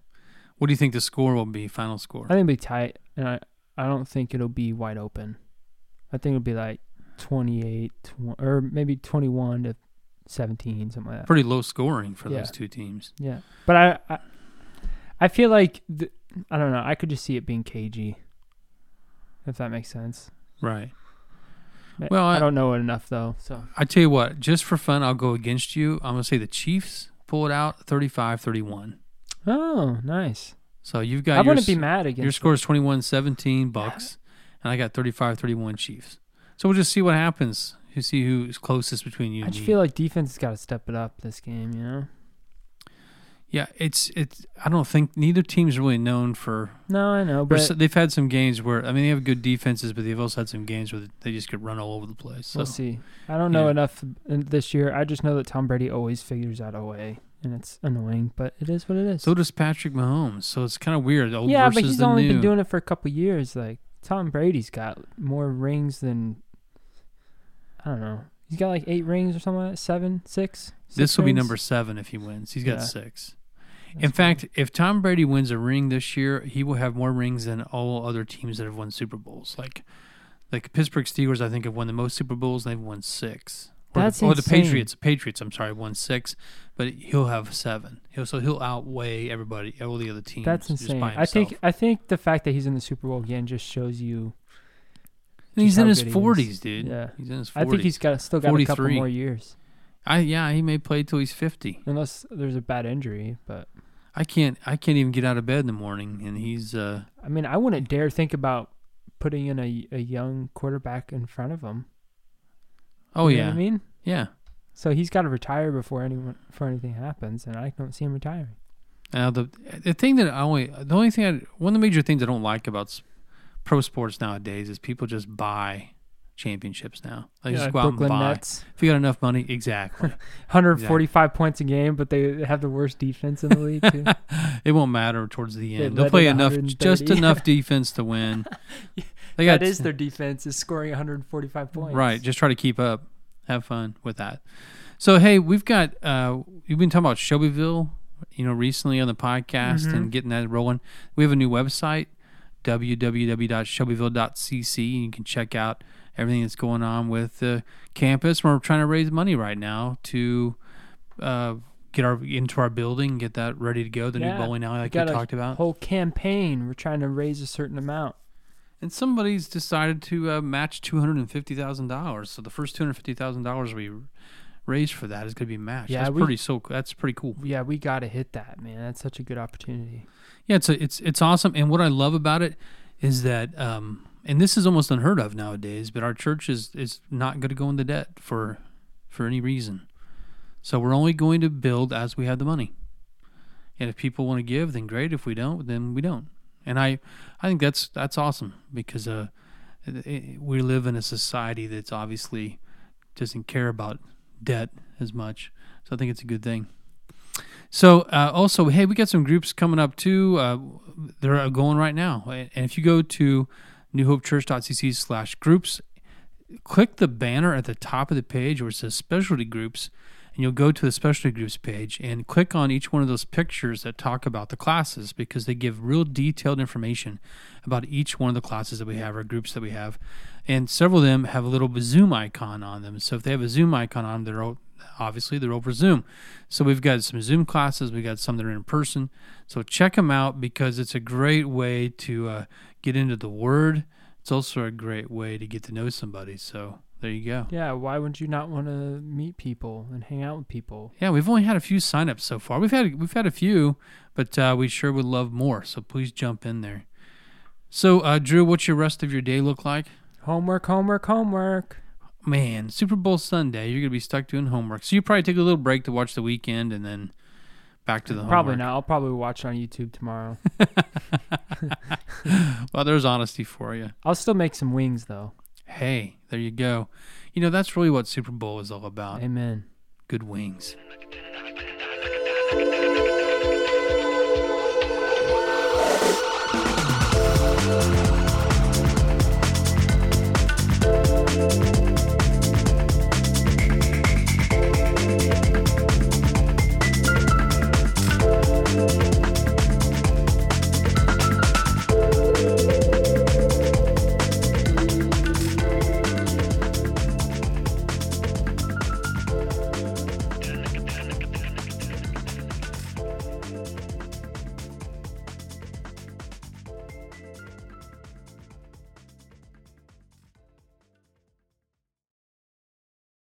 Speaker 2: What do you think the score will be? Final
Speaker 3: I
Speaker 2: score?
Speaker 3: think it'll be tight, and I, I don't think it'll be wide open. I think it'll be like 28, tw- or maybe 21 to 17, something like that.
Speaker 2: Pretty low scoring for
Speaker 3: Yeah.
Speaker 2: those two teams.
Speaker 3: Yeah. But I, I, I feel like, th- I don't know, I could just see it being cagey, if that makes sense.
Speaker 2: Right.
Speaker 3: But
Speaker 2: Well, I-
Speaker 3: I don't know it enough, though. So
Speaker 2: I tell you what, just for fun, I'll go against you. I'm going to say the Chiefs pull it out 35 31.
Speaker 3: Oh, nice.
Speaker 2: So you've got
Speaker 3: I
Speaker 2: your,
Speaker 3: wouldn't be
Speaker 2: s-
Speaker 3: mad against
Speaker 2: your score is 21 17 Bucks, and I got 35 31 Chiefs. So we'll just see what happens. You see who's closest between you
Speaker 3: I
Speaker 2: and
Speaker 3: just
Speaker 2: me.
Speaker 3: feel like defense has got to step it up this game, you know?
Speaker 2: yeah, it's, it's, I don't think neither team's really known for,
Speaker 3: No, I know,
Speaker 2: for
Speaker 3: but
Speaker 2: s- they've had some games where, I mean, they have good defenses, but they've also had some games where they just could run all over the place. So
Speaker 3: We'll see. I don't know
Speaker 2: yeah.
Speaker 3: enough in this year. I just know that Tom Brady always figures out a way, and it's annoying, but it is what it is.
Speaker 2: So does Patrick Mahomes. So it's kind of weird. Old
Speaker 3: yeah,
Speaker 2: versus
Speaker 3: but he's
Speaker 2: the
Speaker 3: only
Speaker 2: new.
Speaker 3: been doing it for a couple years. Like Tom Brady's got more rings than I don't know. He's got like eight rings or something like that. Seven, six.
Speaker 2: This
Speaker 3: six
Speaker 2: will be
Speaker 3: rings?
Speaker 2: number seven if he wins. He's got
Speaker 3: Yeah.
Speaker 2: six.
Speaker 3: That's
Speaker 2: In fact, if Tom Brady wins a ring this year, he will have more rings than all other teams that have won Super Bowls. Like, like Pittsburgh Steelers, I think have won the most Super Bowls, and they've won six. Or
Speaker 3: That's
Speaker 2: the, or the
Speaker 3: insane.
Speaker 2: Patriots. Patriots, I'm sorry, won six, but he'll have seven. He'll so he'll outweigh everybody, all the other teams.
Speaker 3: that's
Speaker 2: just by
Speaker 3: insane. I think
Speaker 2: himself.
Speaker 3: I think the fact that he's in the Super Bowl again just shows you.
Speaker 2: And he's
Speaker 3: just
Speaker 2: in
Speaker 3: how
Speaker 2: his
Speaker 3: good he is.
Speaker 2: 40s, dude.
Speaker 3: Yeah.
Speaker 2: he's in his 40s.
Speaker 3: I think he's got still got a couple
Speaker 2: 43.
Speaker 3: more years,
Speaker 2: I yeah, he may play till he's 50.
Speaker 3: unless there's a bad injury, but.
Speaker 2: I can't. I can't even get out of bed in the morning, and he's. uh
Speaker 3: I mean, I wouldn't dare think about putting in a, a young quarterback in front of him.
Speaker 2: Oh
Speaker 3: You know
Speaker 2: yeah,
Speaker 3: what I mean,
Speaker 2: yeah.
Speaker 3: so he's got to retire before anyone before anything happens, and I don't see him retiring.
Speaker 2: Now Uh, the the thing that I only the only thing I, one of the major things I don't like about s- pro sports nowadays is people just buy championships now. They just go out
Speaker 3: Brooklyn
Speaker 2: and buy.
Speaker 3: Nets,
Speaker 2: If you got enough money, exactly.
Speaker 3: 145 points a game, but they have the worst defense in the league too.
Speaker 2: it won't matter towards the end.
Speaker 3: led
Speaker 2: They'll
Speaker 3: it
Speaker 2: play enough, just
Speaker 3: 130.
Speaker 2: enough defense to win. They
Speaker 3: that
Speaker 2: got
Speaker 3: is their defense is scoring 145 points.
Speaker 2: right. Just try to keep up. Have fun with that. So hey, we've got uh we've been talking about Shelbyville, you know, recently on the podcast
Speaker 3: Mm-hmm.
Speaker 2: and getting that rolling. We have a new website, www.shelbyville.cc, and you can check out everything that's going on with the campus. We're trying to raise money right now to uh get our into our building, get that ready to go, the
Speaker 3: Yeah.
Speaker 2: new bowling alley like we
Speaker 3: got a
Speaker 2: talked about.
Speaker 3: whole campaign. We're trying to raise a certain amount.
Speaker 2: And somebody's decided to uh, match two hundred and fifty thousand dollars. So the first two hundred fifty thousand dollars we race for that is going to be matched.
Speaker 3: Yeah,
Speaker 2: that's
Speaker 3: we-
Speaker 2: pretty so. That's pretty cool.
Speaker 3: Yeah, we got to hit that, man. That's such a good opportunity.
Speaker 2: Yeah, it's a, it's it's awesome. And what I love about it is that, um, and this is almost unheard of nowadays. But our church is is not going to go into debt for for any reason. So we're only going to build as we have the money. And if people want to give, then great. If we don't, then we don't. And I I think that's that's awesome because uh, it- it- we live in a society that's obviously doesn't care about debt as much. So I think it's a good thing. So uh, also, hey, we got some groups coming up too. Uh, they're going right now, and if you go to newhopechurch.cc/groups, click the banner at the top of the page where it says specialty groups, and you'll go to the specialty groups page and click on each one of those pictures that talk about the classes because they give real detailed information about each one of the classes that we have or groups that we have, and several of them have a little Zoom icon on them. So if they have a Zoom icon on them, they're all obviously they're over Zoom. So we've got some Zoom classes, we got some that are in person. So check them out because it's a great way to uh, get into the Word. It's also a great way to get to know somebody. So there you go.
Speaker 3: Yeah, why would you not want to meet people and hang out with people?
Speaker 2: Yeah, we've only had a few signups so far. We've had we've had a few, but uh, we sure would love more. So please jump in there. So uh, Drew, what's your rest of your day look like?
Speaker 3: Homework, homework, homework.
Speaker 2: Man, Super Bowl Sunday, you're gonna be stuck doing homework. So you probably take a little break to watch the weekend and then back to the
Speaker 3: probably
Speaker 2: homework.
Speaker 3: not. I'll probably watch it on YouTube tomorrow.
Speaker 2: Well, there's honesty for you.
Speaker 3: I'll still make some wings though.
Speaker 2: Hey, there you go. You know that's really what Super Bowl is all about.
Speaker 3: Amen.
Speaker 2: Good wings.